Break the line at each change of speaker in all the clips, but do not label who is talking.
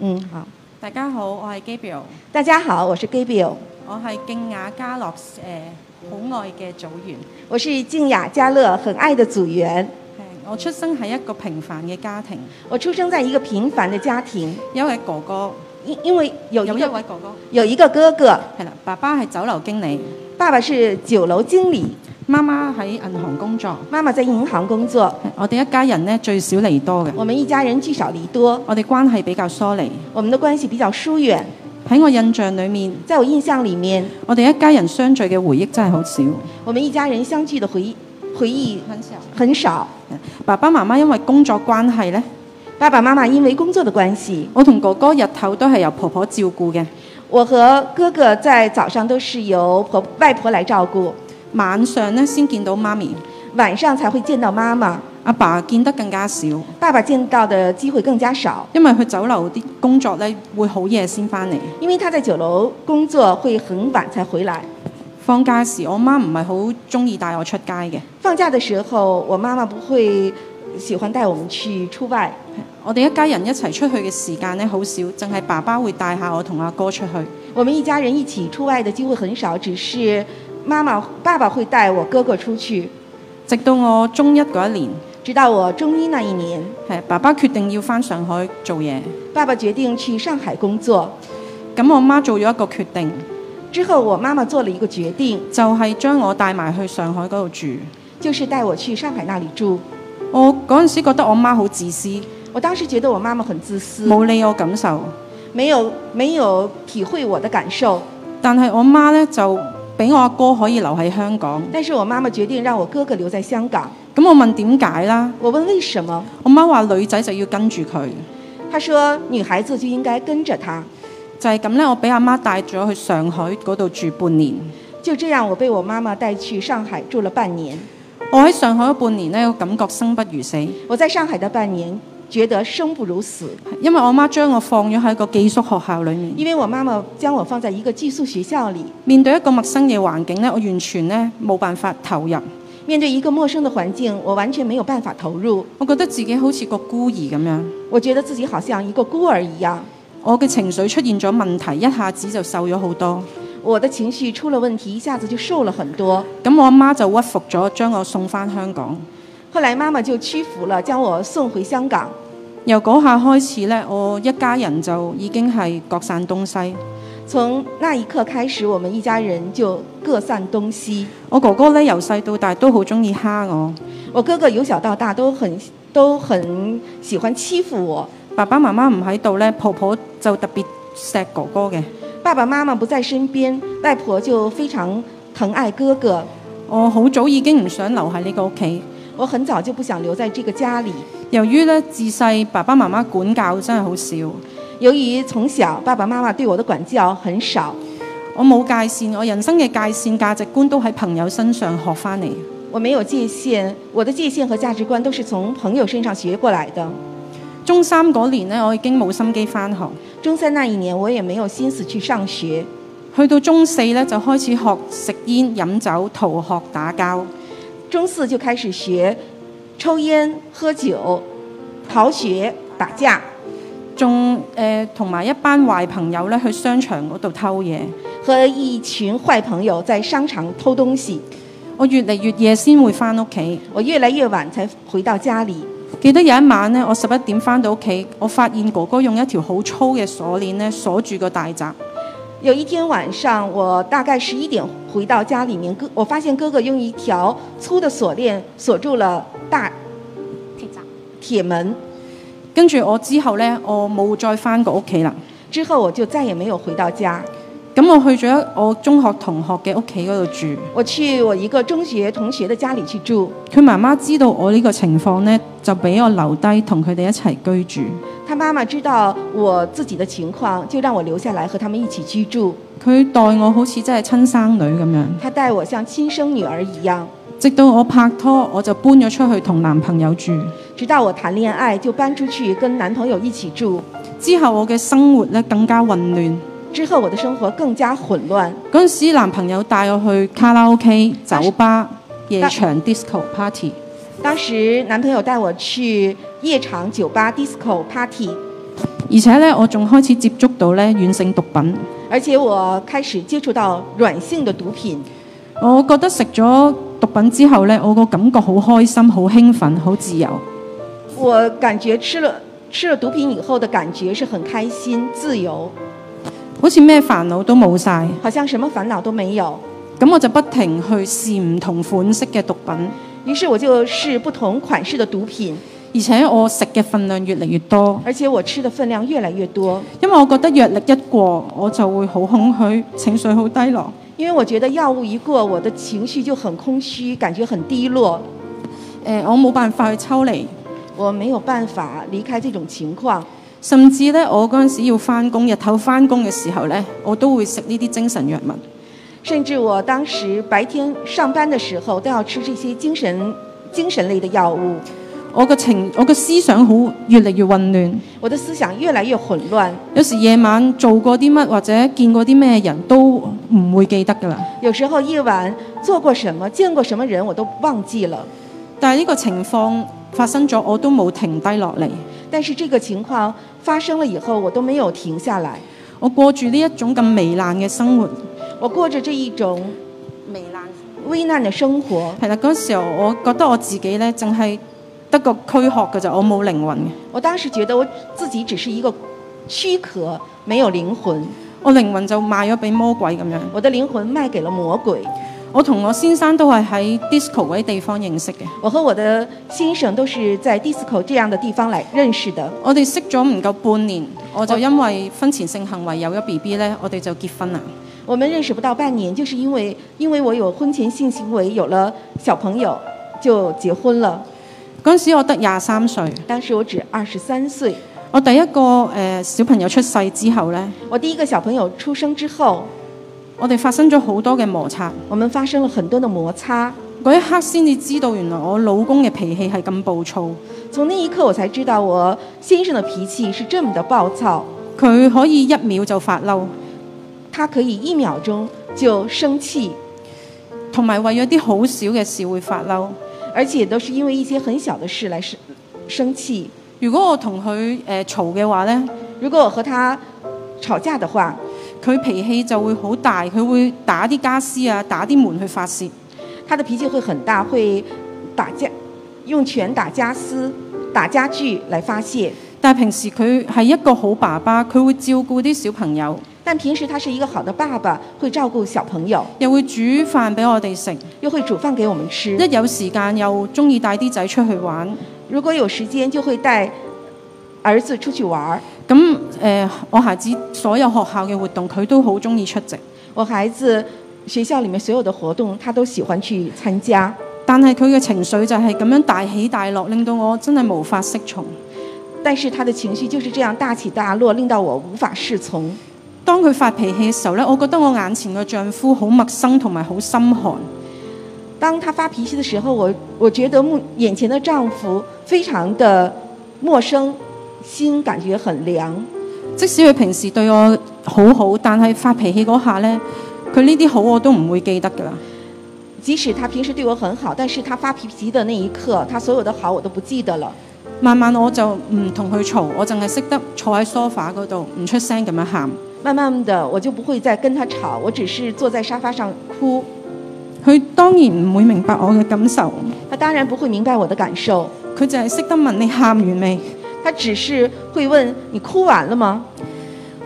嗯，好，
大家好，我係 Gabriel，
大家好，我是 Gabriel，
我係敬雅家樂誒、呃好愛嘅組員。
我是静雅家乐很爱的组员。
誒我出生喺一個平凡嘅家庭，
我出生在一个平凡的家庭，
因為哥哥
因因为有
有
一
一
个
位哥哥
有一个哥哥，
係啦，爸爸係酒樓經理，
爸爸是酒楼经理，
媽媽喺銀行工作。
妈妈在银行工作。
我哋一家人呢，最少嚟多嘅，
我們一家人聚少离多，
我哋關係比較疏離。
我們的關係比較疏遠。
喺我印象裡面，
在我印象里面，
我哋一家人相聚嘅回憶真係好少。
我們一家人相聚的回憶回憶很少。
爸爸媽媽因為工作關係呢，
爸爸媽媽因為工作的關係，
我同哥哥日頭都係由婆婆照顧嘅，
我和哥哥在早上都是由婆外婆来照顾，
晚上呢先見到媽咪。
晚上才會見到媽媽。
阿爸見得更加少，
爸爸見到的機會更加少，
因為佢酒樓啲工作呢會好夜先翻嚟。
因為他在酒樓工作會很晚才回來。
放假時，我媽唔係好中意帶我出街嘅。
放假的時候，我媽媽不會喜歡帶我們去出外。
我哋一家人一齊出去嘅時間呢，好少，淨係爸爸會帶下我同阿哥出去。
我們一家人一起出外的機會很少，只是媽媽、爸爸會帶我哥哥出去。
直到我中一嗰一年，
直到我中一那一年，
係爸爸決定要翻上海做嘢，
爸爸決定去上海工作。
咁我媽做咗一個決定，
之後，我媽媽做了一個決定，
就係、將我帶埋去上海嗰度住。
就是帶我去上海那裡住。
我嗰陣時覺得我媽好自私，
我當時覺得我媽媽很自私，
冇理我感受，
沒有沒有體會我的感受。
但係我媽呢，就俾我阿哥可以留喺香港。
但是我媽媽決定讓我哥哥留在香港。
咁我問點解啦？
我問為什麼，
我媽話女仔就要跟住佢，
她說女孩子就應該跟着他。
就係咁呢，我俾阿媽帶咗去上海嗰度住半年。
就這樣，我被我媽媽帶去上海住了半年。
我喺上海嗰半年呢，我感覺生不如死，
我在上海的半年，覺得生不如死，
因為我媽將我放咗喺個寄宿學校裏面，
因為我媽媽將我放在一個寄宿學校裡，
面對一個陌生嘅環境呢，我完全呢冇辦法投入，
面對一個陌生的環境，我完全沒有辦法投入。
我覺得自己好似個孤兒咁樣。
我覺得自己好像一個孤兒一樣，
我嘅情緒出現咗問題，一下子就瘦咗好多。
我的情緒出了問題，一下子就瘦了很多。
咁我阿媽就屈服咗，將我送翻香港。
後來媽媽就屈服了，將我送回香港。
由嗰下開始呢，我一家人就已經係各散東西。
從那一刻開始，我們一家人就各散東西。
我哥哥咧由細到大都好中意蝦我，
我哥哥由小到大都很都很喜歡欺負我，
爸爸媽媽唔喺度咧，婆婆就特別錫哥哥嘅。
爸爸媽媽不在身邊，外婆就非常疼愛哥哥。
我好早已經唔想留喺呢個屋企，
我很早就不想留在這個家裡，
由於咧自細爸爸媽媽管教真係好少，
由於從小爸爸媽媽對我的管教很少，
我冇界線，我人生嘅界線價值觀都喺朋友身上學翻嚟。
我沒有界限，我的界限和價值觀都是從朋友身上學過來的。
中三嗰年呢，我已經冇心機返學，
中三那一年，我也沒有心思去上學。
去到中四咧就開始學食煙、飲酒、逃學、打交。
中四就開始學抽煙、喝酒、逃學、打架，
仲誒同埋一班壞朋友咧去商場嗰度偷嘢，
和一群壞朋友在商場偷東西。
我越嚟越夜先會翻屋企。
我越來越晚才回到家裡。
記得有一晚呢，我十一點翻到屋企，我發現哥哥用一條好粗嘅鎖鏈咧鎖住個大閘，
有一天晚上，我大概十一點回到家裡面，哥，我發現哥哥用一條粗的鎖鏈鎖住了大鐵門。
跟住我之後呢，我冇再翻過屋企啦。
之後我就再也沒有回到家。
咁我去咗我中學同學嘅屋企嗰度住，
我去我一個中學同學的家裡去住，
佢媽媽知道我呢個情況呢，就俾我留低同佢哋一齊居住。
他媽媽知道我自己的情況，就讓我留下來和他們一起居住。
佢待我好似真係親生女咁樣，
他待我像親生女兒一樣，
直到我拍拖我就搬咗出去同男朋友住。
直到我談戀愛就搬出去跟男朋友一起住。
之後我嘅生活咧更加混亂。
之後我的生活更加混亂。
嗰陣時男朋友帶我去卡拉 OK、酒吧、夜場 disco party，
當時男朋友帶我去夜場、酒吧、disco、party，
而且咧我仲開始接觸到咧軟性毒品。
而且我开始接触到软性的毒品。
我覺得食咗毒品之後咧，我個感覺好開心、好興奮、好自由。
我感觉吃了吃了毒品以后的感觉是很开心、自由，
好似咩煩惱都冇晒。
好像什么烦恼都没有。
咁我就不停去試唔同款式嘅毒品，
于是我就试不同款式的毒品，
而且我食嘅份量越嚟越多，
而且我吃的分量越来越多，
因為我覺得藥力一過，我就會好空虛，情緒好低落。
因为我觉得药物一过，我的情绪就很空虚，感觉很低落，
誒、我冇辦法去抽離，
我没有办法离开这种情况。
甚至咧，我嗰陣時要翻工，日頭翻工嘅時候咧，我都會食呢啲精神藥物。
甚至我当时白天上班的时候都要吃这些精神精神类的药物，
我個情，我個思想好越嚟越混亂。
我的思想越来越混乱，
有時夜晚做過啲乜或者見過啲咩人都唔會記得㗎啦。
有时候夜晚做过什么、见过什么人我都忘记了。
但係呢個情況發生咗，我都冇停低落嚟。
但是这个情况发生了以后，我都没有停下来，
我過住呢一種咁糜爛嘅生活，
我过着这一种
糜爛
危難的生活。
係啦。嗰時候我覺得我自己呢，淨係得個軀殼㗎咋，我冇靈魂嘅。
我当时觉得我自己只是一个躯壳，没有灵魂，
我靈魂就賣咗俾魔鬼咁樣。
我的灵魂卖给了魔鬼。
我同我先生都係喺 disco 嗰啲地方認識嘅。
我和我的先生都是在 disco 这样的地方来认识的。
我哋識咗唔夠半年，我就因為婚前性行為有咗 B B 呢，我哋就結婚啦。
我们认识不到半年，就是因为因为我有婚前性行为，有了小朋友就结婚了。
嗰陣時我得廿三歲，
当时我只二十三岁，
我第一個誒、呃小朋友出世之後呢，
我第一个小朋友出生之后，
我哋發生咗好多嘅摩擦。
我们发生了很多的摩擦。
嗰一刻先至知道，原來我老公嘅脾氣係咁暴躁，
从那一刻，我才知道我先生的脾气是这么的暴躁，
佢可以一秒就發嬲，
他可以一秒钟就生气，
同埋為咗啲好少嘅事會發嬲。
而且都是因为一些很小的事来生生气。
如果我同佢誒嘈嘅話呢，
如果我和他吵架的话，
佢脾氣就會好大，佢會打啲家私啊，打啲門去發泄。
他的脾气会很大，会打架，用拳打家私、打家具来发泄。
但係平時佢係一個好爸爸，佢會照顧啲小朋友，
但平时他是一个好的爸爸，会照顾小朋友，
又會煮飯俾我哋食，
又会煮饭给我们吃。
一有時間又中意帶啲仔出去玩。
如果有时间，就会带儿子出去玩儿。
咁誒、呃我孩子所有學校嘅活動佢都好中意出席。
我孩子学校里面所有的活动，他都喜欢去参加，
但係佢嘅情緒就係咁樣大起大落，令到我真係無法適從。
但是他的情绪就是这样大起大落，令到我无法适从。
當佢發脾氣嘅時候呢，我覺得我眼前嘅丈夫好陌生同埋好心寒。
当他发脾气的时候，我我觉得目眼前的丈夫非常的陌生，心感觉很凉。
即使佢平時對我好好，但係發脾氣嗰下呢，佢呢啲好我都唔會記得㗎啦。
即使他平时对我很好，但是他发脾气的那一刻，他所有的好我都不记得了。
慢慢我就唔同佢嘈，我淨係識得坐喺 sofa 嗰度唔出聲咁樣喊。
慢慢的，我就不会再跟他吵，我只是坐在沙发上哭。
佢當然唔會明白我嘅感受，
他当然不会明白我的感受，
佢就係識得問你喊完未。
他只是会问你哭完了吗？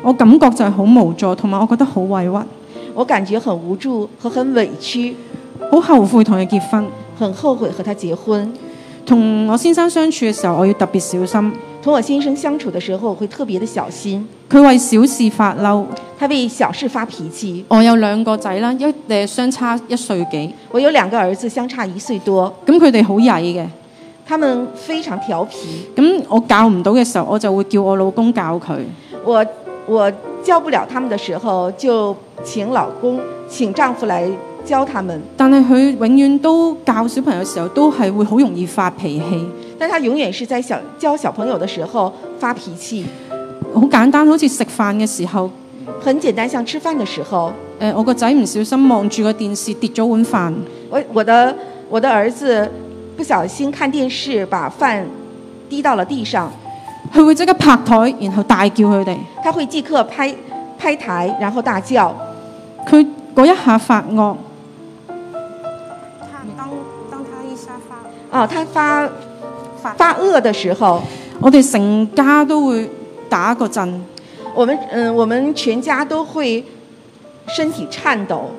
我感覺就係好無助，同埋我覺得好委屈，
我感觉很无助和很委屈，
好後悔同佢結婚。
很后悔和他结婚。
同我先生相處嘅時候，我要特別小心。
同我先生相處的时候，我会特别的小心。
佢為小事發嬲。
他为小事发脾气。
我有兩個仔啦，一誒相差一歲幾，
我有两个儿子，相差一岁多，
咁佢哋好曳嘅。
他们非常调皮。
咁我教唔到嘅時候，我就會叫我老公教佢。
我我教不了他们的时候，就请老公、请丈夫来教他们。
但係佢永遠都教小朋友嘅時候，都係會好容易發脾氣，
但他永遠是在小教小朋友的時候发脾气，
好簡單，好似食飯嘅時候，誒、呃
很简单，像吃飯的時候，
我個仔唔小心望住個電視跌咗碗飯，
我我的我的儿子不小心看电视把饭滴到了地上，
佢會即刻拍台，然後大叫佢哋。
他会即刻拍拍台，然后大叫。
佢嗰一下發惡，
他当当他一下发
啊，他发
发
发恶的时候，
我哋成家都會打個震。
我们嗯，我们全家都会身体颤抖。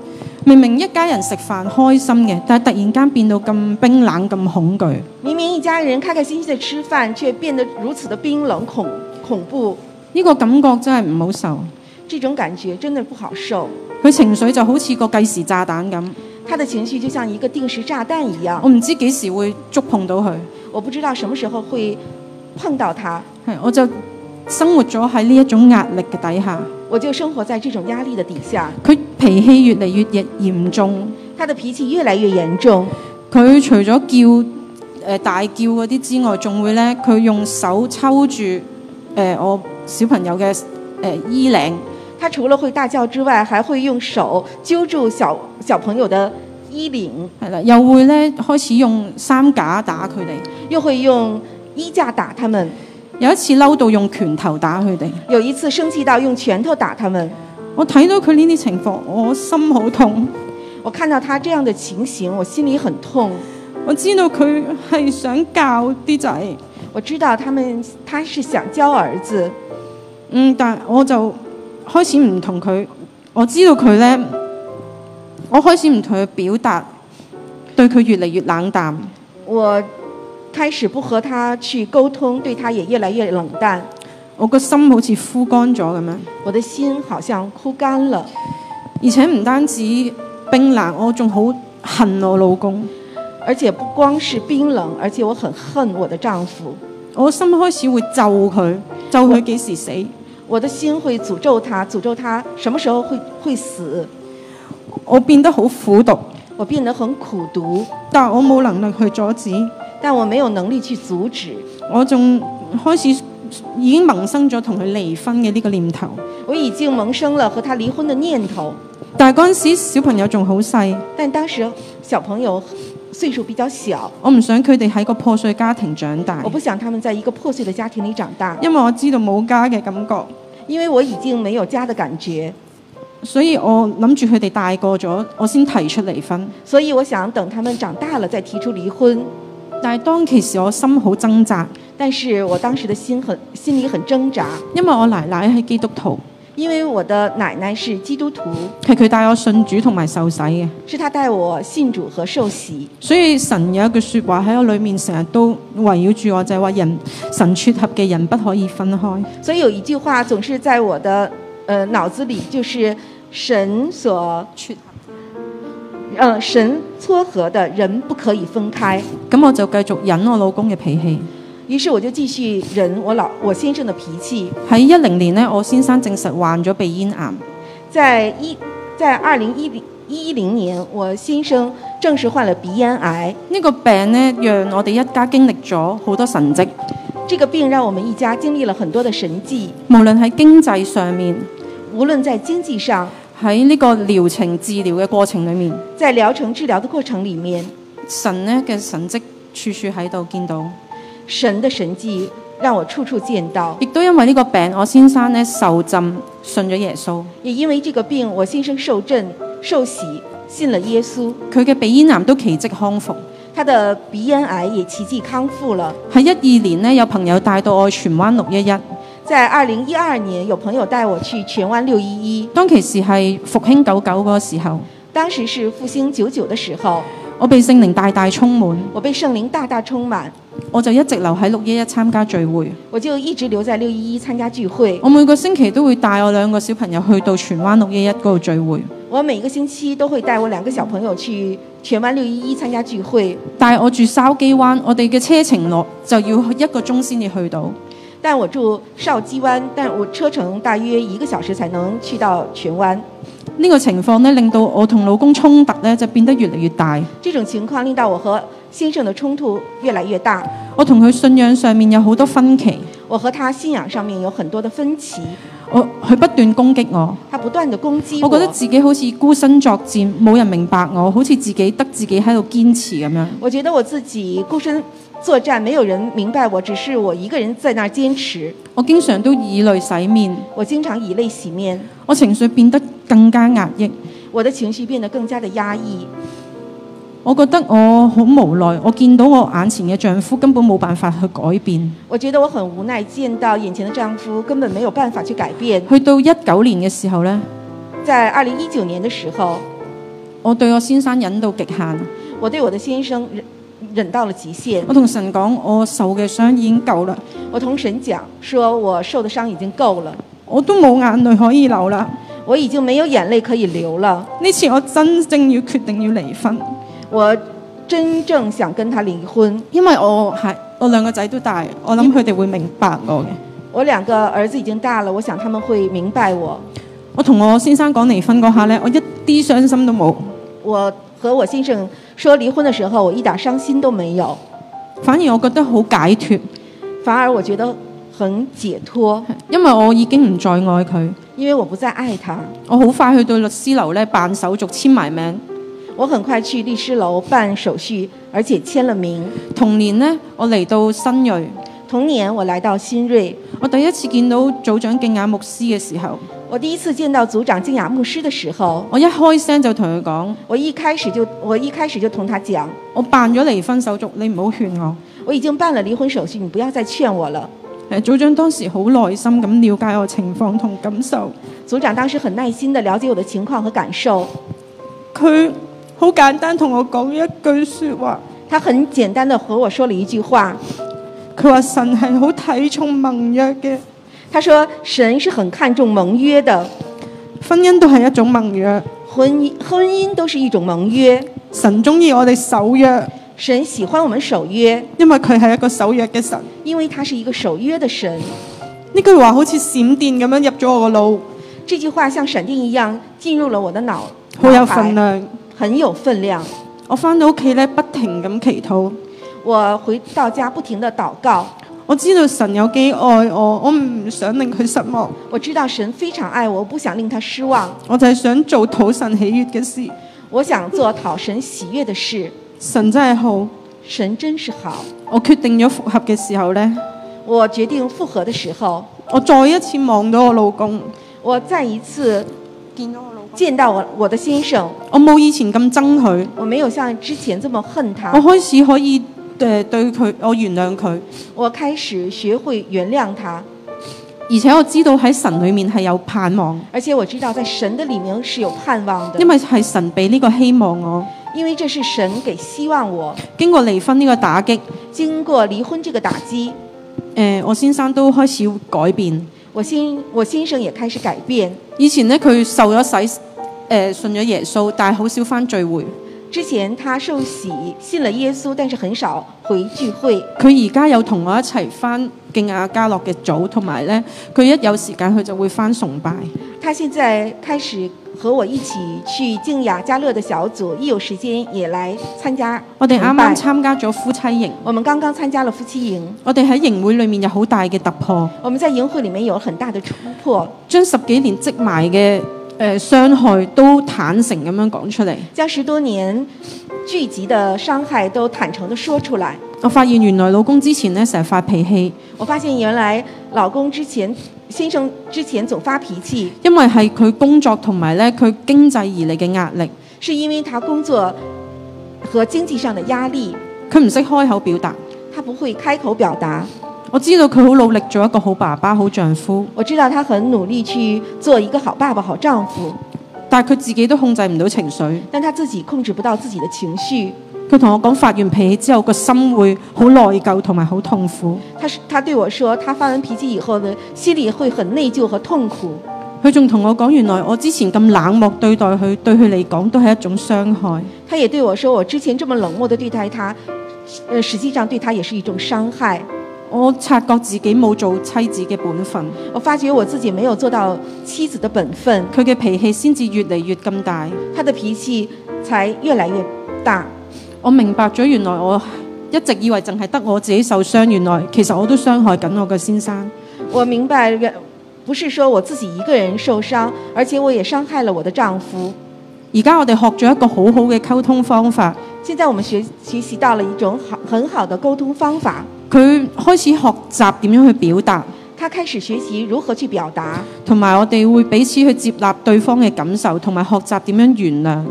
明明一家人食飯開心嘅，但係突然間變到咁冰冷、咁恐懼。
明明一家人开开心心的吃饭，却变得如此的冰冷、恐恐怖，
呢個感覺真係唔好受。
这种感觉真的不好受。
佢情緒就好似個計時炸彈咁，
他的情绪就像一个定时炸彈一样，
我唔知幾時會觸碰到佢。
我不知道什么时候会碰到他，
係，我就生活咗喺呢一種壓力嘅底下，
我就生活在这种壓力的底下。
佢脾氣越嚟越嚴嚴重。
他的脾气越来越严重，
佢除咗叫誒、呃大叫嗰啲之外，仲會咧佢用手抽住誒、呃我小朋友嘅誒、呃衣領，
他除了会大叫之外，还会用手揪住小小朋友的衣领，
係啦，又會咧開始用衫架打佢哋。
又会用衣架打他们。
有一次嬲到用拳頭打佢哋，
有一次生气到用拳头打他们，
我睇到佢呢啲情況，我心好痛。
我看到他这样的情形，我心里很痛。
我知道佢係想教啲仔，
我知道他们他是想教儿子，
嗯，但我就開始唔同佢。我知道佢咧，我開始唔同佢表達，對佢越嚟越冷淡。
我开始不和他去沟通，对他也越来越冷淡。
我個心好似枯乾咗咁樣，
我的心好像枯干了，
而且唔單止冰冷，我仲好恨我老公。
而且不光是冰冷，而且我很恨我的丈夫。
我心開始會咒佢，咒佢幾時死。
我的心会诅咒他，诅咒他什么时候会会死。
我變得好苦毒，
我变得很苦毒，
但我冇能力去阻止。
但我没有能力去阻止。
我仲開始已經萌生咗同佢離婚嘅呢個念頭。
我已经萌生了和他离婚的念头，
但係嗰陣時小朋友仲好細，
但当时小朋友岁数比较小，
我唔想佢哋喺個破碎家庭長大
我，不想他们在一个破碎的家庭里长大，
因為我知道冇家嘅感覺，
因为我已经没有家的感觉，
所以我諗住佢哋大個咗，我先提出離婚。
所以我想等他们长大了再提出离婚。
但係當其時我心好掙扎，
但是我当时的心很心里很掙扎，
因為我奶奶係基督徒，
因为我的奶奶是基督徒，
係佢帶我信主同埋受洗嘅，
是她带我信主和受洗。
所以神有一句説話喺我裏面成日都圍繞住我，就係、話人神撮合嘅人不可以分開。
所以有一句话总是在我的呃脑子里，就是神所
撮
呃神撮合的人不可以分开。
咁我就繼續忍我老公嘅脾氣。
于是我就继续忍我老我先生的脾气。
喺一零年呢，我先生證實患咗鼻咽癌，
在一在二零一零一零年，我先生正式患了鼻咽癌。
呢、個病呢，讓我哋一家經歷咗好多神蹟，
这个病让我们一家经歷了很多的神迹，
無論喺經濟上面，
无论在经济上，
喺呢個療程治療嘅過程裏面，
在疗程治疗的过程里面，
神呢嘅神蹟處處喺度見到。
神的神迹让我处处见到。
亦都因為呢個病，我先生咧受浸信咗耶穌，
也因为这个病，我先生受震、受洗，信了耶稣，
佢嘅鼻咽癌都奇蹟康復。
他的鼻咽癌也奇迹康复了。
喺一二年呢，有朋友帶到我去荃灣六一一，
在二零一二年，有朋友帶我去荃湾六一一，
當其時係復興九九嗰個時候，
当时是复兴九九的时候，
我被聖靈大大充滿，
我被圣灵大大充满，
我就一直留喺六一一參加聚會。
我就一直留在六一一参加聚会。
我每個星期都會帶我兩個小朋友去到荃灣六一一嗰度聚會，
我每个星期都会带我两个小朋友去荃湾六一一参加聚会，
但係我住筲箕灣，我哋嘅車程落就要一個鐘先至去到。
但我住邵基湾，但我车程大约一个小时才能去到荃湾。
呢、個情況呢，令到我同老公衝突呢，就變得越嚟越大。
这种情况令到我和先生的冲突越来越大，
我同佢信仰上面有好多分歧，
我和他信仰上面有很多的分歧，
我佢不斷攻擊我，
他不断的攻击
我
我
覺得自己好似孤身作戰，冇人明白我，好似自己得自己喺度堅持咁樣。
我觉得我自己孤身作战，没有人明白我，只是我一个人在那儿坚持。
我經常都以淚洗面，
我经常以泪洗面，
我情緒變得更加壓抑。
我的情绪变得更加的压抑。
我覺得我好無奈，我見到我眼前嘅丈夫根本冇辦法去改變。
我觉得我很无奈，见到眼前的丈夫根本没有办法去改变。
去到一九年嘅時候呢，
在二零一九年的时候，
我對我先生忍到極限，
我对我的先生忍忍到了极限。
我同神講我受嘅傷已經夠啦，
我同神讲说，我受的伤已经够了，
我都冇眼淚可以流啦。
我已经没有眼泪可以流了。
呢次我真正要決定要離婚，
我真正想跟他离婚。
因為我係我兩個仔都大，我諗佢哋會明白我嘅。
我两个儿子已经大了，我想他们会明白我。
我同我先生講離婚嗰下呢，我一啲傷心都冇，
我和我先生说离婚的时候，我一点伤心都没有，
反而我覺得好解脱，
反而我觉得很解脱，
因為我已經唔再愛佢。
因为我不再爱他。
我好快去到律師樓咧辦手續簽埋名。
我很快去律师樓办手续，而且签了名。
同年呢，我嚟到新锐，
同年，我来到新锐，
我第一次見到組長敬雅牧師嘅時候，
我第一次见到組長敬雅牧師的时候，
我一開聲就同佢講：
我一开始就我一开始就同他讲，
我辦咗離婚手續，你唔好勸我。
我已经辦了离婚手续，你不要再劝我了。
誒，組長當時好耐心咁了解我情況同感受，
組長当时很耐心地了解我的情况和感受，
佢好簡單同我講一句説話，
他很简单地和我说了一句话，
佢話神係好睇重盟約嘅，
他说：“神是很看重盟约的，
婚姻都係一種盟約，
婚姻婚姻都是一种盟约，
神中意我哋守約，
神喜欢我们守约，
因為佢係一個守約嘅神。
因为他是一个守约的神。”
呢句話好似閃電咁樣入咗我個腦，
这句话像闪电一样进入了我的脑，
好有
脑海
份，量。
很有分量。
我翻到屋企咧，不停咁祈禱。
我回到家不停地祷告，
我知道神有幾愛我，我唔想令佢失望，
我知道神非常爱我，我不想令他失望，
我就係想做討神喜悦嘅事。
我想做讨神喜悦的事。
神真係好。
神真是好。
我決定咗復合嘅時候呢，
我决定复合的时候，
我再一次望到我老公，
我再一次
見到我老公，
见到我我的先生，
我冇以前咁憎佢，
我没有像之前这么恨他
啊
我，開始可以誒、呃、對佢，我原諒佢，
我开始学会原谅他，
而且我知道喺神裡面係有盼望，
而且我知道在神的里面是有盼望的，
因為係神俾呢個希望我。
因为这是神给希望我。
經過離婚呢個打擊，誒、呃
经过离婚这个打击，
我先生都開始改變。
我先我先生也开始改变。
以前咧佢受咗洗，誒、呃信咗耶穌，但係好少翻聚會。
之前他受洗信了耶稣，但是很少回聚会。
佢而家有同我一齊翻敬亞加樂嘅組，同埋咧佢一有時間佢就會翻崇拜。
他现在开始和我一起去静雅家乐的小组，一有时间也来参加崇拜。
我哋啱啱參加咗夫妻營，
我们剛剛參加了夫妻营，
我哋喺營會裏面有好大嘅突破，
我们在营会里面有很大的突破，
將十幾年積埋嘅誒傷害都坦誠咁樣講出嚟。
将十多年聚集的伤害都坦诚地说出來。
我發現原來老公之前咧成日發脾氣，
我發現原來老公之前、先生之前总发脾氣，
因為係佢工作同埋咧佢經濟而嚟嘅壓力，
是因为他工作和经济上的压力，
佢唔識開口表達。
他不會開口表達。
我知道佢好努力做一個好爸爸、好丈夫，
我知道他很努力去做一个好爸爸、好丈夫，
但係佢自己都控制唔到情緒。
但他自己控制不到自己的情绪。
佢同我講發完脾氣之後，個心會好內疚同埋好痛苦。
他是他對我說，他发完脾氣以後呢，心里會很內疚和痛苦。
佢仲同我講，原來我之前咁冷漠對待佢，對佢嚟講都係一種傷害。
他也对我说，我之前这么冷漠的对待他，呃，实际上对他也是一种伤害。
我察覺自己冇做妻子嘅本分，
我发觉我自己没有做到妻子的本分，
佢嘅脾氣先至越嚟越咁大。
他的脾气才越来越大。
我明白咗，原來我一直以為淨係得我自己受傷，原來其實我都傷害緊我嘅先生。
我明白，原不是说我自己一个人受伤，而且我也伤害了我的丈夫。
而家我哋學咗一個好好嘅溝通方法，
现在我们学学习到了一种好很好的沟通方法，
佢開始學習點樣去表達，
他开始学习如何去表達，
同埋我哋會彼此去接納對方嘅感受，同埋學習點樣原諒。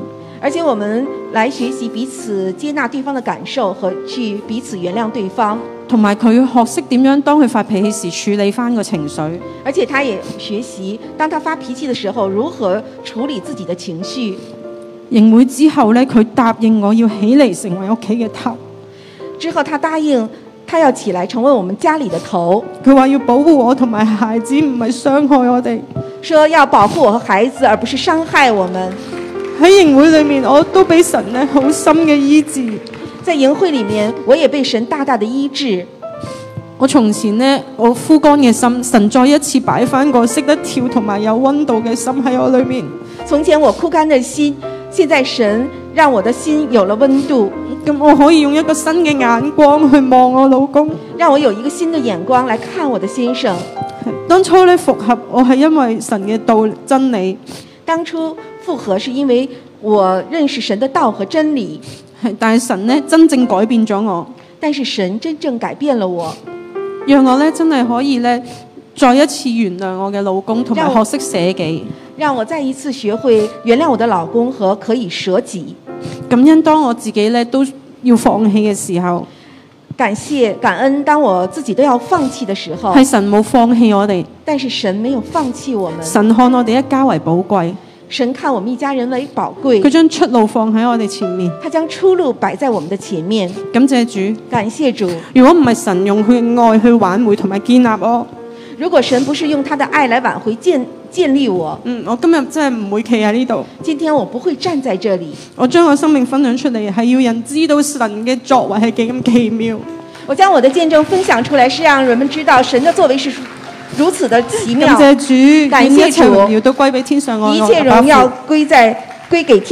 而且我们来学习彼此接纳对方的感受和去彼此原谅对方，
同埋佢學識點樣當佢發脾氣時處理翻個情緒，
而且他也学习当他发脾气的时候如何处理自己的情绪。
認會之後呢，佢答應我要起嚟成為屋企嘅頭，
之后他答应他要起来成为我们家里的头，
佢話要保護我同埋孩子，唔係傷害我哋。
说要保护我和孩子，而不是伤害我们。
喺營會裏面，我都俾神咧好深嘅醫治。
在营会里面，我也被神大大的医治。
我從前呢，我枯乾嘅心，神再一次擺翻個識得跳同埋有温度嘅心喺我裏面。
从前我枯干的心，现在神让我的心有了温度，
咁我可以用一個新嘅眼光去望我老公。
让我有一个新的眼光来看我的先生。
當初咧復合，我係因為神嘅道真理，
当初复合是因为我认识神的道和真理，
係但係神咧真正改變咗我，
但是神真正改变了我，
讓我咧真係可以咧再一次原諒我嘅老公，同埋
因為
學識捨己。
让我再一次学会原谅我的老公和可以舍己。
感恩當我自己咧都要放棄嘅時候，
感谢感恩，当我自己都要放弃的时候，
係神冇放棄我哋，
但是神没有放弃我们，
神看我哋一家為寶貴。
神看我们一家人为宝贵
佢，將出路放喺我哋前面，
他将出路摆在我们的前面。
感謝主。
感谢主，
如果唔係神用佢嘅愛去挽回同埋建立我，
如果神不是用他的爱来挽回建建立我，
嗯，我今日真係唔會企喺呢度。
今天我不会站在这里。
我將我生命分享出嚟，係要人知道神嘅作為係幾咁奇妙。
我将我的见证分享出来，是让人们知道神的作为是如此的奇妙，
感謝主，
感謝
願一切
主
榮耀都歸俾天上愛
一
我
切
嘅爸
荣耀
父
归在归给天。